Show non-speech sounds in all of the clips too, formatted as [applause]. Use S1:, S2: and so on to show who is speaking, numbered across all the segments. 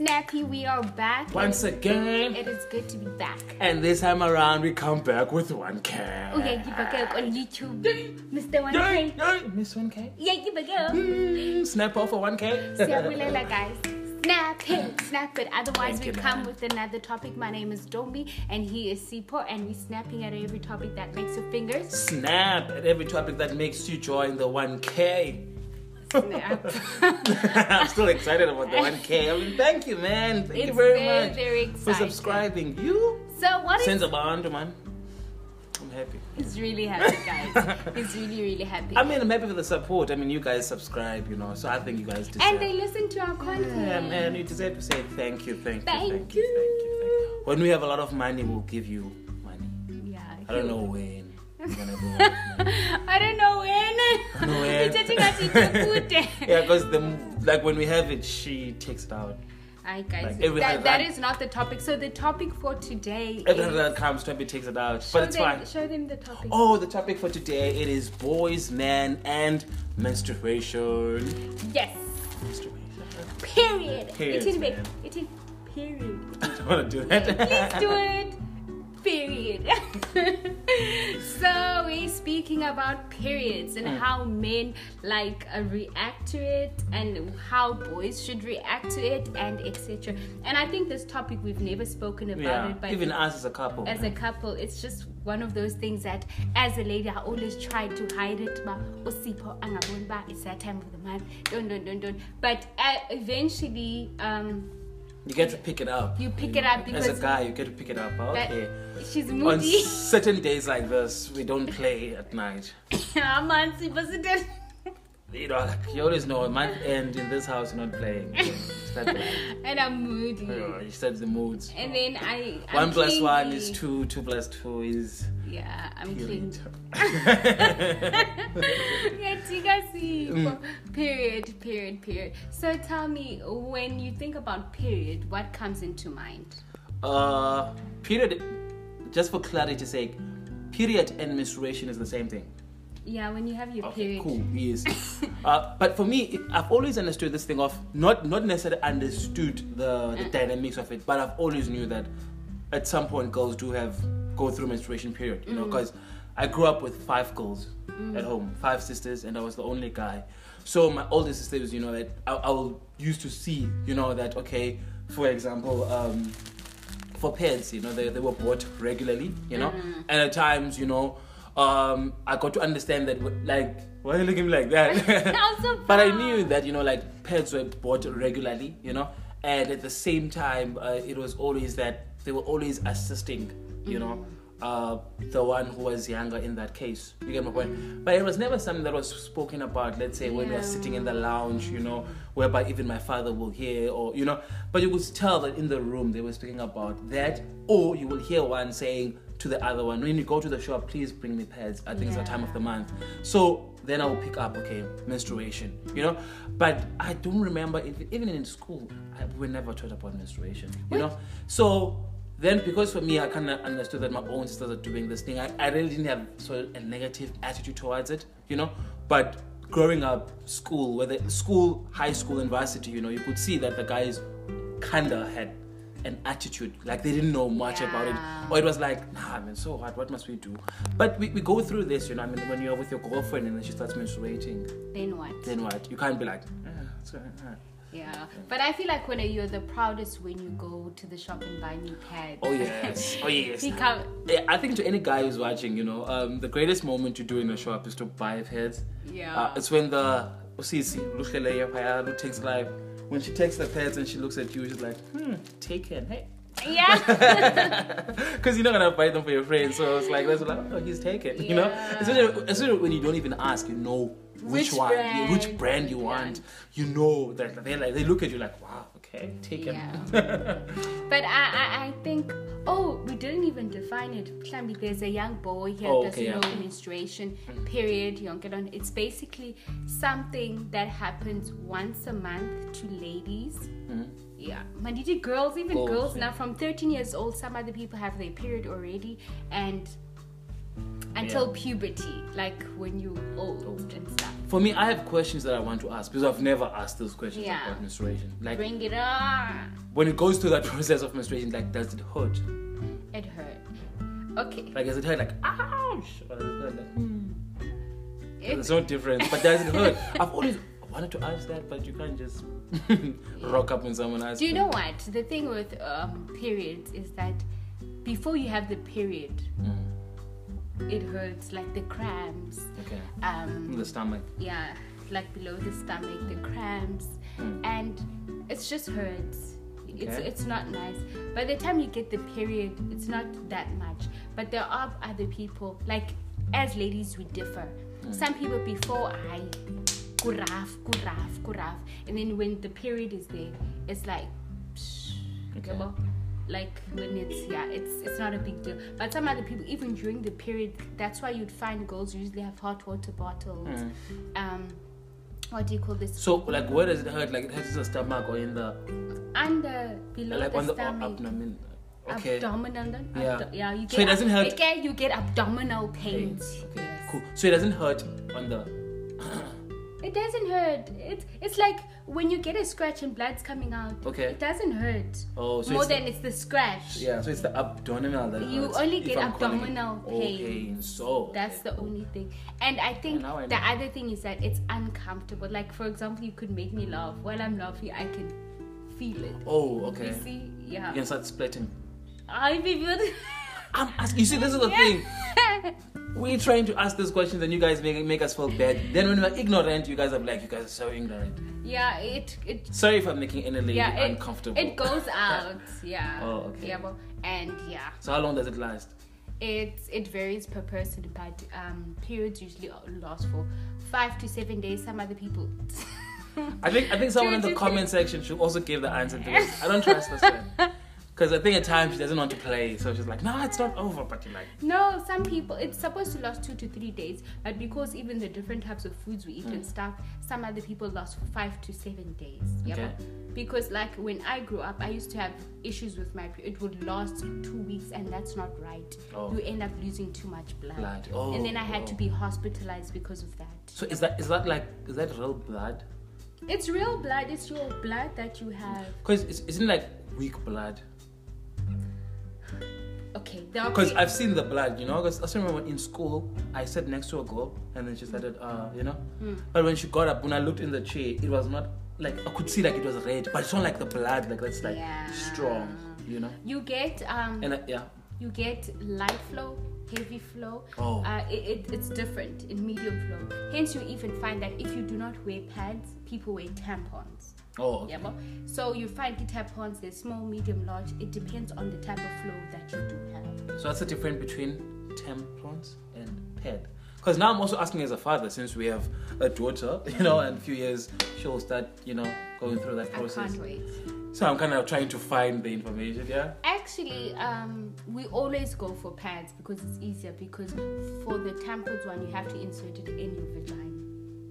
S1: Lappy, we are back.
S2: Once again,
S1: It is good to be back.
S2: and this time around, we come back with 1K.
S1: Oh yeah, you back up on YouTube. Mr. One
S2: Yay,
S1: K.
S2: yay. Miss 1K?
S1: Yeah, you back
S2: [laughs]
S1: up.
S2: Mm, snap off for 1K?
S1: Siyabulela guys. Snap it, snap it. Otherwise,
S2: Thank
S1: we
S2: you,
S1: come
S2: man.
S1: with another topic. My name is Dombi, and he is Sipo, and we're snapping at every topic that makes your fingers
S2: snap at every topic that makes you join the 1K.
S1: snap.
S2: [laughs] I'm still excited about the 1K. I mean, thank you, man. Thank you
S1: It's
S2: very,
S1: very,
S2: much
S1: very
S2: for
S1: exciting.
S2: subscribing. You
S1: So, what is
S2: sends a bond, man. I'm happy.
S1: [laughs] He's really happy, guys.
S2: [laughs]
S1: He's really, really happy.
S2: I mean, I'm happy with the support. I mean, you guys subscribe, you know, so I think you guys deserve
S1: and they listen to our
S2: Yeah,
S1: content.
S2: man, you deserve to say thank you, thank you,
S1: Thank
S2: thank, you.
S1: you.
S2: thank you, thank you. When we have a lot of money, we'll give you money.
S1: Yeah.
S2: I don't know when. we're gonna
S1: [laughs]
S2: do it.
S1: I don't know when. [laughs]
S2: No
S1: You're
S2: when.
S1: touching us in the foot.
S2: [laughs] yeah, because the like when we have it, she takes it out.
S1: Hi guys,
S2: Like, every
S1: that,
S2: hundred
S1: that
S2: rand-
S1: is not the topic. So the topic for today
S2: Every
S1: is
S2: hundred that comes, Toby takes it out.
S1: show,
S2: But it's
S1: them,
S2: fine.
S1: show them the topic.
S2: Oh, the topic for today it is boys, men, and menstruation.
S1: Yes,
S2: Menstruation. [laughs]
S1: period.
S2: Period,
S1: it is big.
S2: man.
S1: It is period.
S2: I don't want to do that.
S1: Please do it. Period. [laughs] so we're speaking about periods and
S2: Mm.
S1: how men like uh, react to it and how boys should react to it and etc. And I think this topic we've never spoken about
S2: [laughs] yeah,
S1: it, but
S2: even us as a couple.
S1: as a couple, it's just one of those things that, as a lady, I always try to hide it. But usipho angaboni ba, it's that time of the month. Don't, don't, don't, don't. But uh, eventually, um,
S2: you get to pick it up.
S1: You pick it up
S2: as
S1: because-
S2: a guy, you get to pick it up.
S1: that
S2: Okay.
S1: she's
S2: on
S1: moody.
S2: certain days like this, we don't play at night.
S1: [laughs] I'm unsupposed.
S2: You know, like, you always know my end in this house, you're not playing. It's that bad.
S1: [laughs] and I'm moody.
S2: You know, You set the moods.
S1: And then I. I'm
S2: one plus one
S1: clingy.
S2: is two. Two plus two is.
S1: Yeah, I'm clingy.
S2: Period.
S1: [laughs] yeah, Tigasi.
S2: Mm.
S1: Period, period, period. So tell me, when you think about period, what comes into mind?
S2: Uh, period. Just for clarity's sake, period and menstruation is the same thing.
S1: Yeah, when you have your
S2: Okay,
S1: period. [laughs]
S2: cool. Yes. uh, but for me, it- I've always understood this thing of not not necessarily understood the, the dynamics of it, but I've always knew that at some point girls do have go through menstruation period. You know, because I grew up with five girls at home, five sisters, and I was the only guy. So my older sisters, you know, that I, I will used to see, you know, that okay, for example. Um, for pets, you know, they, they were bought regularly, you know, and at times, you know, um, I got to understand that, like, why are you looking at me like that?
S1: I'm so
S2: [laughs] but I
S1: proud.
S2: knew that, you know, like, pets were bought regularly, you know, and at the same time, uh, it was always that they were always assisting, you know, uh, the one who was younger in that case. You get my point? But it was never something that was spoken about, let's say, when we
S1: Yeah.
S2: were sitting in the lounge, you know, whereby even my father will hear, or, you know, but you could tell that in the room they were speaking about that, or you will hear one saying to the other one, when you go to the shop, please bring me pads. I think it's the time of the month. So then I will pick up, okay, menstruation, you know, but I don't remember, if, even in school, I, we were never taught about menstruation, you know, so then because for me i kind of understood that my own sisters are doing this thing I, I really didn't have sort of a negative attitude towards it you know but growing up school whether school high school and varsity you know you could see that the guys kinda had an attitude like they didn't know much about it or it was like nah i mean so what what must we do but we, we go through this you know i mean when you're with your girlfriend and then she starts menstruating
S1: Then what?
S2: then what you can't be like "Ah, it's all right."
S1: Yeah. But I feel like when you're the proudest when you go to the shop and buy new pads.
S2: oh yes
S1: [laughs]
S2: oh yes
S1: He come,
S2: [laughs] Yeah, I think to any guy who's watching, you know, um, the greatest moment to do in a shop is to buy heads.
S1: Yeah.
S2: Uh, it's when the Usisi, Luhlele yaphaya, who takes life, when she takes the pads and she looks at you, she's like, hmm, taken, hey.
S1: yeah.
S2: Because you're not going to buy them for your friends. So it's like, that's like, oh, he's taken, you know?
S1: Yeah.
S2: Especially, especially when you don't even ask, you know which,
S1: Which
S2: one,
S1: brand.
S2: which brand you
S1: Yeah.
S2: want. You know, that they like, they look at you like, wow, okay, taken.
S1: yeah. But I, I, I think, oh, we didn't even define it. Mhlambi, there's a young boy here
S2: Oh,
S1: that doesn't
S2: okay, yeah.
S1: know menstruation, period, yonke loo nto. It's basically something that happens once a month to ladies. Yeah, Manditi girls, even
S2: Mm-hmm. Girls,
S1: girls
S2: yeah.
S1: now from 13 years old, some other people have their period already, and until puberty, like when you old and stuff.
S2: [laughs] For me, I have questions that I want to ask because I've never asked those questions
S1: Yeah.
S2: about menstruation. Like
S1: Bring it on.
S2: when it goes through that [laughs] process of menstruation, like does it hurt?
S1: It hurt. Okay. Ah,
S2: Like is it hurt like ouch? Or does it hurt like
S1: It,
S2: There's no difference, but
S1: [laughs]
S2: does it hurt? I've always wanted to ask that, but you can't just [laughs] rock up on someone else.
S1: do you know what? The thing with um, periods is that before you have the period, it hurts like the cramps.
S2: Mm, Okay.
S1: Um,
S2: In the stomach.
S1: yeah, like below the stomach, the cramps, and it's just hurts. It's
S2: Okay.
S1: it's not nice. By the time you get the period, it's not that much. But there are other people like as ladies we differ.
S2: Mm.
S1: Some people before I kuraf, kuraf, kuraf, and then when the period is there, it's like psh,
S2: Okay.
S1: yabo? like when it's yeah, it's it's not a big deal. But some other people, even during the period, that's why you'd find girls usually have hot water bottles. Um, what do you call this?
S2: So like where does it hurt? Like it hurts the stomach or in the
S1: Under below
S2: like
S1: the
S2: on the
S1: stomach.
S2: abdomen. Okay.
S1: Abdominal, abdo-
S2: Yeah.
S1: yeah. You
S2: So
S1: get
S2: it doesn't hurt-
S1: Okay, you get abdominal pains.
S2: Pains.
S1: Yes.
S2: Cool. So it doesn't hurt on the
S1: It doesn't hurt. It's it's like when you get a scratch and blood's coming out.
S2: Okay.
S1: It doesn't hurt.
S2: Oh, so
S1: More
S2: it's the-
S1: than it's the scratch.
S2: yeah. So it's the abdominal that
S1: You
S2: hurts,
S1: only
S2: if
S1: get
S2: I'm calling it.
S1: abdominal
S2: Oh,
S1: pain.
S2: pain. So
S1: That's the only thing. And I think
S2: now I
S1: the
S2: know.
S1: other thing is that it's uncomfortable. Like for example, you could make me laugh. While I'm laughing, I can feel it.
S2: Oh, okay.
S1: You see? Yeah.
S2: You can start splitting.
S1: I be good.
S2: I'm asking. You [laughs] see, this is the thing.
S1: [laughs]
S2: We're trying to ask these questions, and you guys make, make us feel bad. Then when we're ignorant, you guys are like, you guys are so ignorant.
S1: yeah, it it
S2: Sorry if I'm making any lady
S1: yeah, it,
S2: uncomfortable.
S1: it
S2: [laughs]
S1: goes out. Yeah.
S2: Oh, okay.
S1: Yeah, well, and yeah,
S2: so how long does it last?
S1: it's it varies per person, but um, periods usually last for five to seven days. Some other people.
S2: I think I think someone
S1: [laughs]
S2: in
S1: Two
S2: the
S1: to
S2: comment section should also give the answer to this. I don't trust this one. Because I think at times she doesn't want to play, so she's like, "No, it's not over." But you're like,
S1: No, some people it's supposed to last two to three days, but because even the different types of foods we eat
S2: Hmm.
S1: and stuff, some other people last for five to seven days. Yeah.
S2: Okay.
S1: but- Because like when I grew up, I used to have issues with my period. It would last two weeks, and that's not right.
S2: Oh.
S1: You end up losing too much blood.
S2: Blood.
S1: and then
S2: Oh,
S1: I had to
S2: oh.
S1: be hospitalized because of that.
S2: "So is that is that like is that real blood?
S1: It's real blood. It's your blood that you have.
S2: Because isn't like weak blood?
S1: Okay. There are
S2: Because
S1: pe-
S2: I've seen the blood, you know. Because I still remember in school, I sat next to a girl, and then she started, uh, you know. But when she got up, when I looked in the chair, it was not like I could see like it was red, but it's not like the blood, like that's like
S1: Yeah.
S2: strong, you know.
S1: you get um.
S2: And I, yeah,
S1: you get light flow heavy flow
S2: Oh.
S1: uh, it, it, it's different in medium flow hence you even find that if you do not wear pads people wear tampons
S2: oh, okay.
S1: Yabo? so you find the tampons they're small medium large it depends on the type of flow that you do have
S2: So that's the difference between temperance and ped. Because now I'm also asking as a father, since we have a daughter, you know, and a few years she'll start, you know, going through that
S1: i
S2: process.
S1: can't wait
S2: So I'm kind of trying to find the information, yeah?
S1: actually um, we always go for pads because it's easier because for the tampons one you have to insert it in your vagina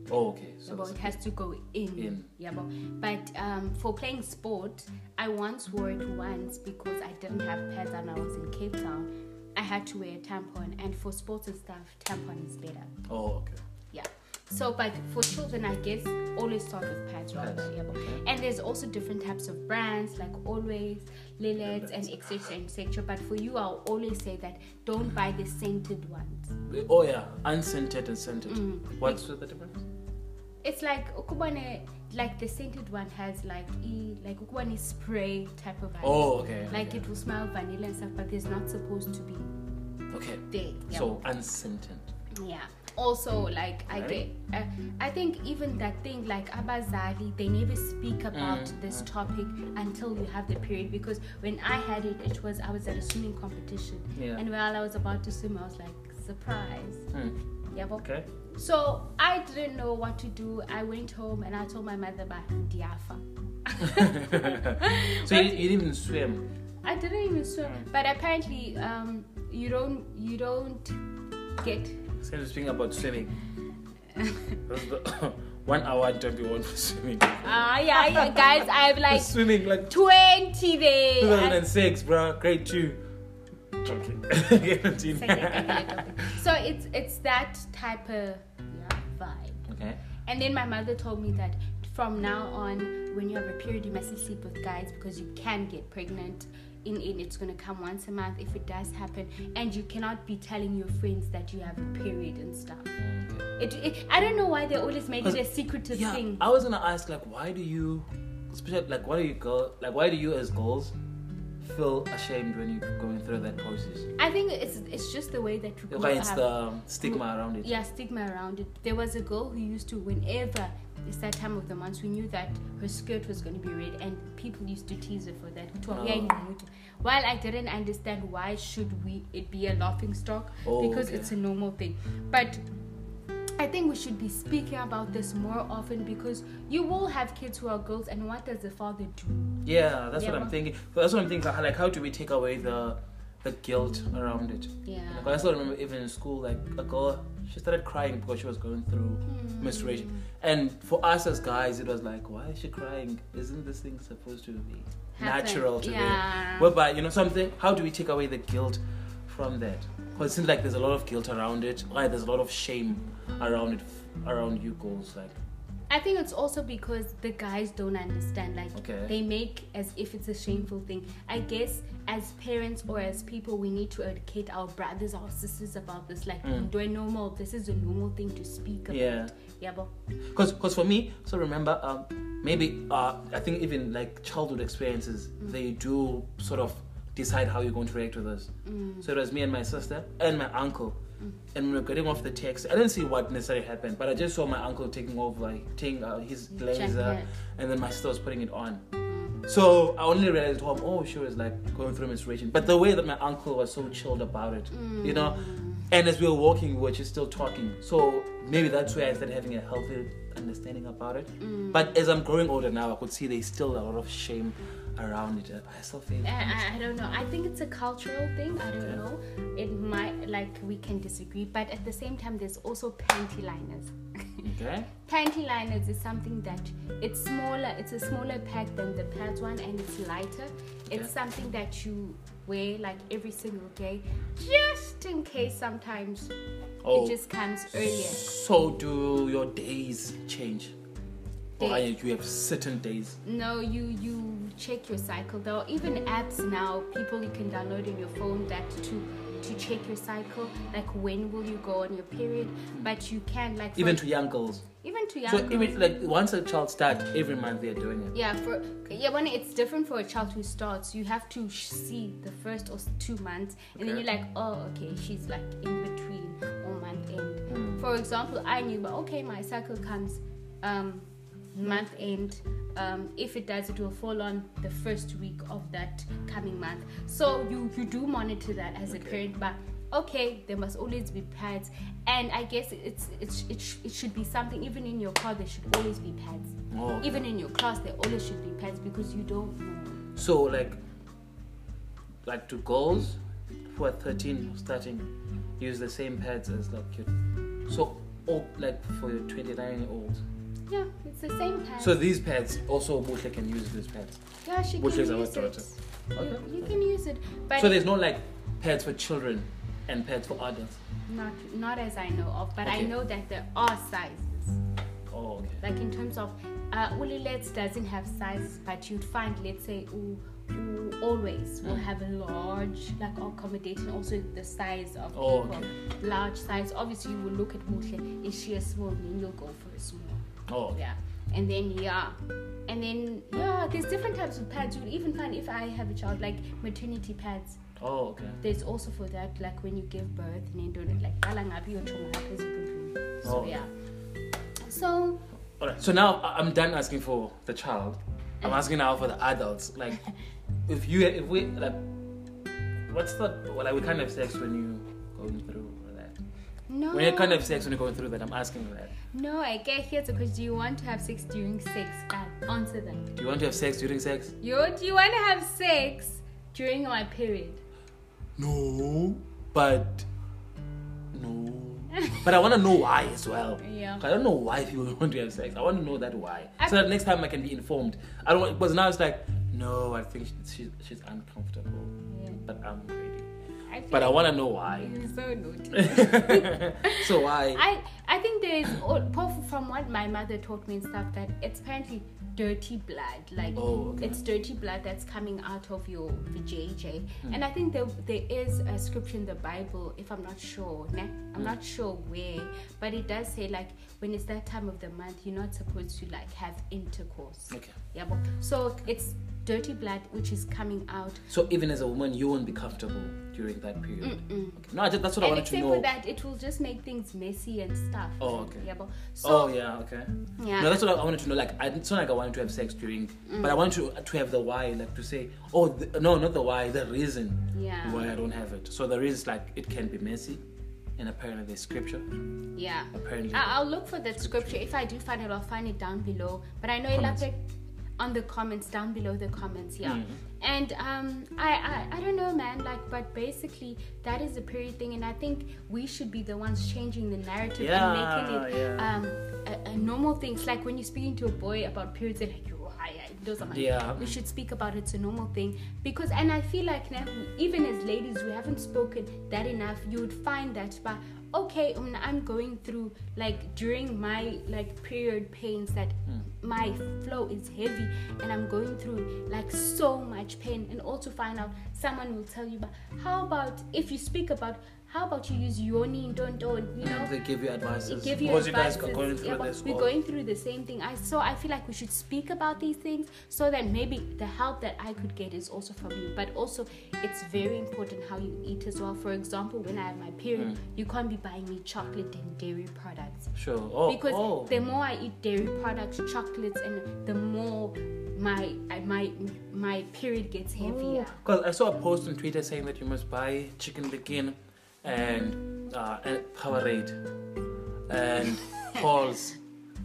S2: Oh, okay. So
S1: Yabo, it has to go in.
S2: In.
S1: Yabo. But um, for playing sport, I once wore it once because I didn't have pads and I was in Cape Town. I had to wear a tampon, and for sports and stuff, tampon is better.
S2: oh, okay.
S1: Yeah. So, but for children, I guess always start with pads rather.
S2: Pads.
S1: Yabo. And there's also different types of brands like Always, Lilets, and etc. etc. But for you, I'll always say that don't buy the scented ones.
S2: Oh, yeah. Unscented and scented.
S1: Mm-hmm.
S2: What's the difference?
S1: It's like ukubane, like the scented one has like e like ukubane spray type of vibe.
S2: Oh, okay.
S1: Like it will smell vanilla and stuff, but there's not supposed to be
S2: Okay.
S1: there. Yeah.
S2: So unscented.
S1: yeah. Also, like I get,
S2: Right.
S1: uh, I think even that thing like abazali, they never speak about
S2: Mm.
S1: this topic until you have the period. Because when I had it, it was I was at a swimming competition,
S2: Yeah.
S1: and while I was about to swim, I was like surprise.
S2: Hmm.
S1: Yeah, but
S2: Okay.
S1: so I didn't know what to do. I went home and I told my mother about Diafa.
S2: [laughs] So you, you Hmm. didn't even swim.
S1: I didn't even swim, but apparently um, you don't you don't get. [laughs]
S2: Since we're speaking about swimming, that's the [coughs] one hour I don't be one for swimming.
S1: Ah yeah, yeah, guys, I have
S2: [laughs]
S1: like
S2: swimming, like
S1: twenty there.
S2: 2006, bro. Grade two. Joking. Continue.
S1: so it's it's that type of yeah, vibe.
S2: Okay.
S1: And then my mother told me that from now on, when you have a period, you mustn't sleep with guys because you can get pregnant. In it, it's gonna come once a month if it does happen, and you cannot be telling your friends that you have a period and stuff. It, it I don't know why they always make it a secretive
S2: Yeah.
S1: thing.
S2: I was gonna ask like, why do you, especially like, why do you go like, why do you as girls feel ashamed when you're going through that process?
S1: I think it's it's just the way that we grew
S2: Okay, it's
S1: up.
S2: the um, stigma around it.
S1: yeah stigma around it there was a girl who used to whenever it's that time of the month we knew that her skirt was going to be red and people used to tease her for that Kuthiwa,
S2: Oh.
S1: "Uyayingumuntu." while i didn't understand why should we it be a laughing stock
S2: Oh,
S1: because
S2: okay.
S1: it's a normal thing but I think we should be speaking about this more often because you will have kids who are girls, and what does the father do?
S2: Yeah, that's what
S1: Yeah.
S2: I'm thinking. So that's what I'm thinking. Like, how do we take away the the guilt around it?
S1: Yeah.
S2: Like, I still remember even in school, like a girl, she started crying because she was going through
S1: Hmm.
S2: menstruation. And for us as guys, it was like, why is she crying? Isn't this thing supposed to be
S1: Happen.
S2: natural to
S1: Yeah.
S2: me? Whereby, you know, something. How do we take away the guilt from that? Because it seems like there's a lot of guilt around it. Like, there's a lot of shame around it, around you girls. Like,
S1: I think it's also because the guys don't understand. Like
S2: Okay.
S1: they make as if it's a shameful thing. I guess as parents or as people, we need to educate our brothers, our sisters about this. Like,
S2: Mm.
S1: do I normal? This is a normal thing to speak about.
S2: yeah.
S1: Yeah, but
S2: because because for me so remember um maybe uh i think even like childhood experiences they do sort of decide how you're going to react with us so it was me and my sister and my uncle and we were getting off the text i didn't see what necessarily happened but i just saw my uncle taking off like taking uh, his blazer
S1: Jacket.
S2: and then my sister was putting it on so I only realized home, oh, she was like going through menstruation. But the way that my uncle was so chilled about it, you know,
S1: Mm.
S2: and as we were walking, we were just still talking. So maybe that's where I started having a healthy understanding about it.
S1: Mm.
S2: But as I'm growing older now, I could see there's still a lot of shame around it. I still think.
S1: I, I, I don't know. I think it's a cultural thing. I
S2: Okay.
S1: don't know. It might like we can disagree, but at the same time, there's also panty liners.
S2: [laughs] Okay.
S1: Panty liners is something that it's smaller, it's a smaller pack than the pads one and it's lighter. It's
S2: Yeah.
S1: something that you wear like every single day just in case sometimes
S2: Oh.
S1: it just comes earlier.
S2: So do your days change? Or are
S1: Day-
S2: you you have certain days?
S1: No, you you check your cycle. There are even apps now, people you can download on your phone that to to check your cycle, like when will you go on your period. But you can like for-
S2: Even to young girls.
S1: even to young
S2: So
S1: girls.
S2: even like once a child starts, every month they're doing it.
S1: Yeah, for yeah, when it's different for a child who starts, you have to sh- see the first or s- two months, and then
S2: Okay.
S1: you're like, oh, okay, she's like in between or month end. For example, I knew, but okay, my cycle comes um, month end. Um, if it does, it will fall on the first week of that coming month. So you you do monitor that as a parent, but okay, there must always be pads, and I guess it's it's it, sh- it should be something. Even in your car, there should always be pads.
S2: Oh, okay.
S1: Even in your class, there always should be pets because you don't know.
S2: So like, like to girls who are thirteen starting use the same pads as like your, so or like for your twenty nine year olds.
S1: Yeah, it's the same pad.
S2: So these pads also Buhle can use these pads.
S1: yeah, she
S2: which
S1: can
S2: is our
S1: use it.
S2: daughter. Okay.
S1: You, you can use it, but
S2: So there's no like pads for children and pads for adults.
S1: not not as I know of. But I
S2: Okay.
S1: know that there are sizes.
S2: Oh okay.
S1: Like in terms of, uh, Ulilets doesn't have sizes, but you'd find, let's say, U, U always
S2: Mm.
S1: will have a large, like accommodating also the size of
S2: Oh,
S1: people.
S2: okay.
S1: Large size. Obviously, you will look at Mutle. Is she a small? Then you'll go for a small.
S2: Oh okay.
S1: yeah and then yeah and then yeah there's different types of pads you'll even find if i have a child like maternity pads
S2: Oh okay.
S1: there's also for that like when you give birth and then don't like "Qala ngaphi uyojonga lapha ezintweni." so
S2: Mm. Oh.
S1: yeah so
S2: All right. So now I- I'm done asking for the child. I'm asking now for the adults. Like, if you if we like, what's the well like we can't have sex when you going through that.
S1: no
S2: When you can't have sex when you're going through that, I'm asking that.
S1: no i get here because do you want to have sex during sex God, answer that
S2: Do you want to have sex during sex?
S1: yo do you want to have sex during my period
S2: No. But no. but I want to know why as well.
S1: Yeah.
S2: I don't know why people [laughs] want to have sex. I want to know that why,
S1: I-
S2: so that next time I can be informed. I don't want because now it's like, no, I think she's she's uncomfortable,
S1: Yeah.
S2: but I'm ready.
S1: I feel
S2: But I
S1: like
S2: want to know why.
S1: you're so naughty
S2: [laughs] so why?
S1: I I I think there is al- both from what my mother taught me and stuff that it's apparently dirty blood, like
S2: Oh, okay.
S1: it's dirty blood that's coming out of your vajayjay.
S2: Hmm.
S1: And I think there there is a scripture in the Bible, if I'm not sure, ne?
S2: Hmm.
S1: I'm not sure where, but it does say like when it's that time of the month, you're not supposed to like have intercourse.
S2: Okay.
S1: Yabo. So it's dirty blood which is coming out.
S2: So even as a woman, you won't be comfortable during that period. Okay. No, I just, that's what I
S1: And
S2: wanted to
S1: except for
S2: know.
S1: that, it will just make things messy and stuff.
S2: Oh, okay.
S1: Yabo. So
S2: Oh yeah, okay.
S1: Yeah. Mm.
S2: No, that's what I I wanted to know. Like, I, it's not like I wanted to have sex during, but I wanted to to have the why, like to say, oh th- no, not the why, the reason
S1: Yeah.
S2: why I don't have it. So there is like it can be messy, and apparently there's scripture.
S1: Yeah.
S2: Apparently.
S1: I- I'll look for that scripture. If I do find it, I'll find it down below. But I know it
S2: Comments. Mm.
S1: like on the comments down below the comments, yeah. And um, I, I I don't know, man. Like, but basically that is a period thing, and I think we should be the ones changing the narrative and
S2: Yeah,
S1: making it
S2: yeah.
S1: um a, a normal thing. It's like when you're speaking to a boy about periods, they're like, "Yo, I, I, those are my
S2: Yeah.
S1: we should speak about it. It's a normal thing because, and I feel like now, even as ladies, we haven't spoken that enough. You would find that, but okay, um, I'm going through like during my like period pains that my flow is heavy and I'm going through like so much pain, and also find out someone will tell you, but how about if you speak about how about you use yoni don't don't you know
S2: They give you advices
S1: it give you
S2: because
S1: advices.
S2: you guys are going through
S1: Yeah, but
S2: this.
S1: We're
S2: or-
S1: going through the same thing. I so I feel like we should speak about these things so that maybe the help that I could get is also from you. But also, it's very important how you eat as well. For example, when I have my period,
S2: Hmm.
S1: you can't be buying me chocolate and dairy products
S2: Sure. Oh,
S1: because
S2: oh.
S1: the more I eat dairy products, chocolates, and the more my I- my my period gets heavier.
S2: Because I saw a post on Twitter saying that you must buy chicken begin and, uh, and Powerade
S1: [laughs]
S2: and Halls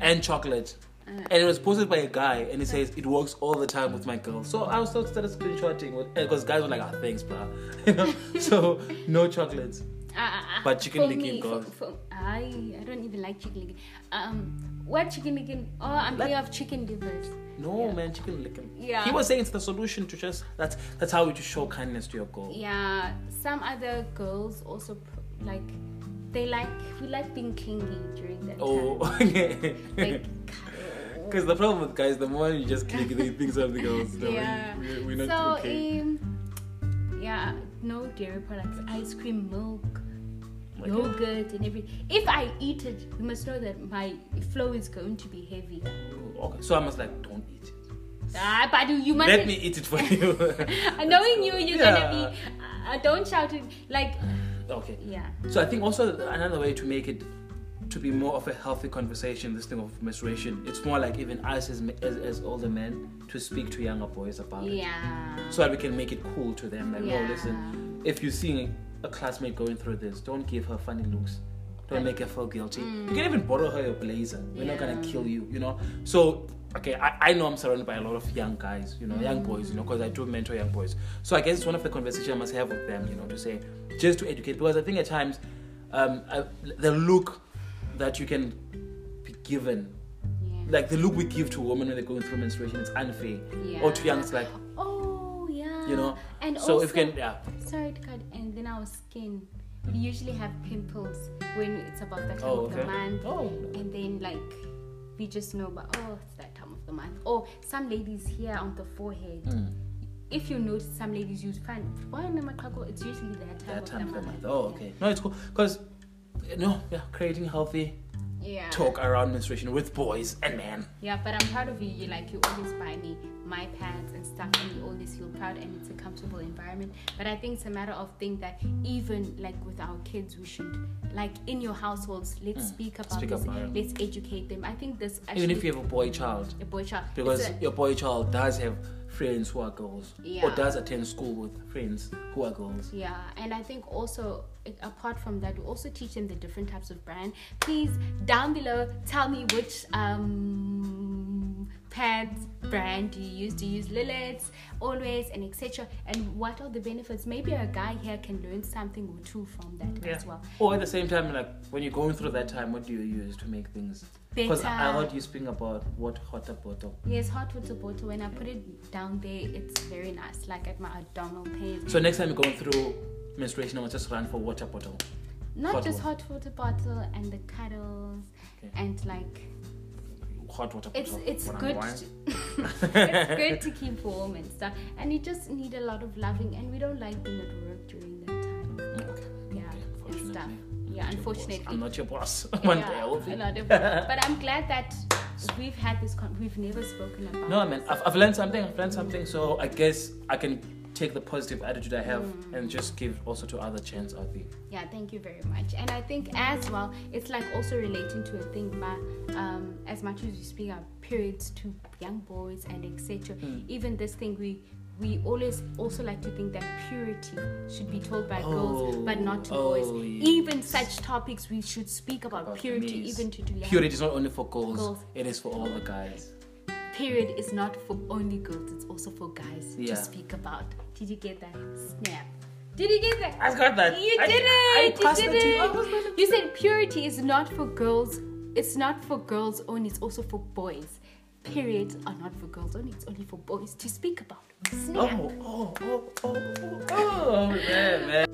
S2: and chocolate.
S1: Uh.
S2: And it was posted by a guy, and he says it works all the time with my girl. So I also started screenshotting because guys were like, "Ah, thanks, bruh." [laughs] so no chocolates.
S1: Ah, ah, ah.
S2: But
S1: For
S2: chicken licken
S1: me,
S2: goes.
S1: for, for, I, I don't even like chicken licken. Um, what chicken licken? Oh, I'm
S2: Like-
S1: thinking of chicken livers.
S2: No man, chicken licken.
S1: Yeah.
S2: He was saying it's the solution to just that's that's how you to show kindness to your girl.
S1: Yeah, some other girls also pr- like they like we like being clingy during that
S2: Oh, [laughs]
S1: time.
S2: okay.
S1: Like,
S2: Because the problem with guys, the more you just click, they
S1: [laughs]
S2: think something else. Don't worry,
S1: yeah.
S2: we're, we're not
S1: so
S2: okay.
S1: um, yeah, no dairy products, ice cream, milk.
S2: Like-
S1: Yogurt and every. If I eat it, you must know that my flow is going to be heavy.
S2: Okay, so I must like don't eat it.
S1: Ah, Badu, you must.
S2: Let me eat
S1: [laughs]
S2: it for you. [laughs]
S1: And knowing you, you're
S2: Yeah.
S1: gonna be. Uh, don't shout it like.
S2: okay.
S1: Yeah.
S2: So I think also another way to make it to be more of a healthy conversation, this thing of menstruation, it's more like even us as ma- as, as older men to speak to younger boys about it,
S1: Yeah.
S2: so that we can make it cool to them. Like,
S1: Yeah.
S2: no, listen, if you're seeing a classmate going through this, don't give her funny looks. Don't make her feel guilty. You can even borrow her your blazer. We're not gonna
S1: mm. Yeah.
S2: kill you, you know. So okay, I, I know I'm surrounded by a lot of young guys, you know, young boys, you know, because I do mentor young boys. So I guess it's one of the conversations I must have with them, you know, to say just to educate because I think at times um, I, the look that you can be given.
S1: Yeah.
S2: Like the look we give to women when they're going through menstruation, it's unfair. Or to
S1: Yeah.
S2: young, it's like,
S1: Oh yeah.
S2: you know.
S1: And
S2: so
S1: also,
S2: if you can, yeah.
S1: Sorry to cut. And then our skin. We usually have pimples when it's about that time
S2: Oh,
S1: of
S2: okay.
S1: the month.
S2: Oh.
S1: And then like. We just know, but oh, it's that time of the month. Or some ladies here on the forehead.
S2: Hmm.
S1: If you notice, some ladies use find why am I cuckold? It's usually that time,
S2: That time of the month.
S1: Yeah.
S2: Oh, okay. No, it's cool because no, yeah, creating healthy
S1: Yeah.
S2: talk around menstruation with boys and men.
S1: Yeah, but I'm proud of you. You like you always buy me my pads and stuff, and you always feel proud, and it's a comfortable environment. But I think it's a matter of thing that even like with our kids, we should like in your households, let's speak about
S2: Hmm. Speak
S1: this.
S2: about it.
S1: let's educate them. I think this actually
S2: Even if you have a boy child,
S1: a boy child it's
S2: because
S1: a-
S2: your boy child does have friends who are girls, or
S1: Yeah.
S2: does attend school with friends who are girls.
S1: Yeah, and I think also a- apart from that, we also teach them the different types of brand. Please down below, tell me which um pads brand do you use? Do you use Lilith's, Always, and etc. And what are the benefits? Maybe a guy here can learn something or two from that as well.
S2: Or at the same time, like when you're going through that time, what do you use to make things? Because I I
S1: Better.
S2: heard you speaking about what hotter bottle.
S1: Yes, hot water bottle. When I put it down there, it's very nice, like at my abdominal pain.
S2: So next time you're going through menstruation, I must just run for water bottle.
S1: Not
S2: Hot
S1: just
S2: water.
S1: hot water bottle and the cuddles
S2: Okay.
S1: and like
S2: Hot water.
S1: it's
S2: bottle,
S1: it's
S2: one and
S1: good
S2: one. [laughs]
S1: to, it's good to keep warm and stuff and you just need a lot of loving and we don't like being at work during that time
S2: Mm, Okay.
S1: yeah and stuff
S2: unfortunately.
S1: yeah
S2: Your boss.
S1: unfortunately
S2: I'm not [laughs] your boss. One
S1: yeah,
S2: day I will
S1: a
S2: be.
S1: lot of-
S2: [laughs]
S1: but i'm glad that we've had this con- we've never spoken about
S2: No,
S1: it.
S2: man, I've, I've learned something. I've learned something. So I guess I can take the positive attitude I have
S1: Mm.
S2: and just give also to other chance out there.
S1: Yeah, thank you very much. And I think as well, it's like also relating to a thing, but um, as much as you speak about periods to young boys and etc.
S2: Hmm.
S1: Even this thing we we always also like to think that purity should be told by girls but not to
S2: Oh,
S1: boys.
S2: oh,
S1: Even such topics we should speak about,
S2: About
S1: purity
S2: knees.
S1: even to do young
S2: Purity is not only for girls,
S1: Girls.
S2: it is for all the guys.
S1: period is not for only girls, it's also for guys
S2: Yeah.
S1: to speak about. Did you get that? Snap. Did you get that?
S2: I got that.
S1: You
S2: I-
S1: did
S2: I
S1: it.
S2: passed
S1: you
S2: it
S1: did
S2: to you. I
S1: it.
S2: was gonna-
S1: You said purity is not for girls. It's not for girls only. It's also for boys. Periods are not for girls only. It's only for boys to speak about. Snap.
S2: Oh, oh, oh, oh, oh, oh, man, man.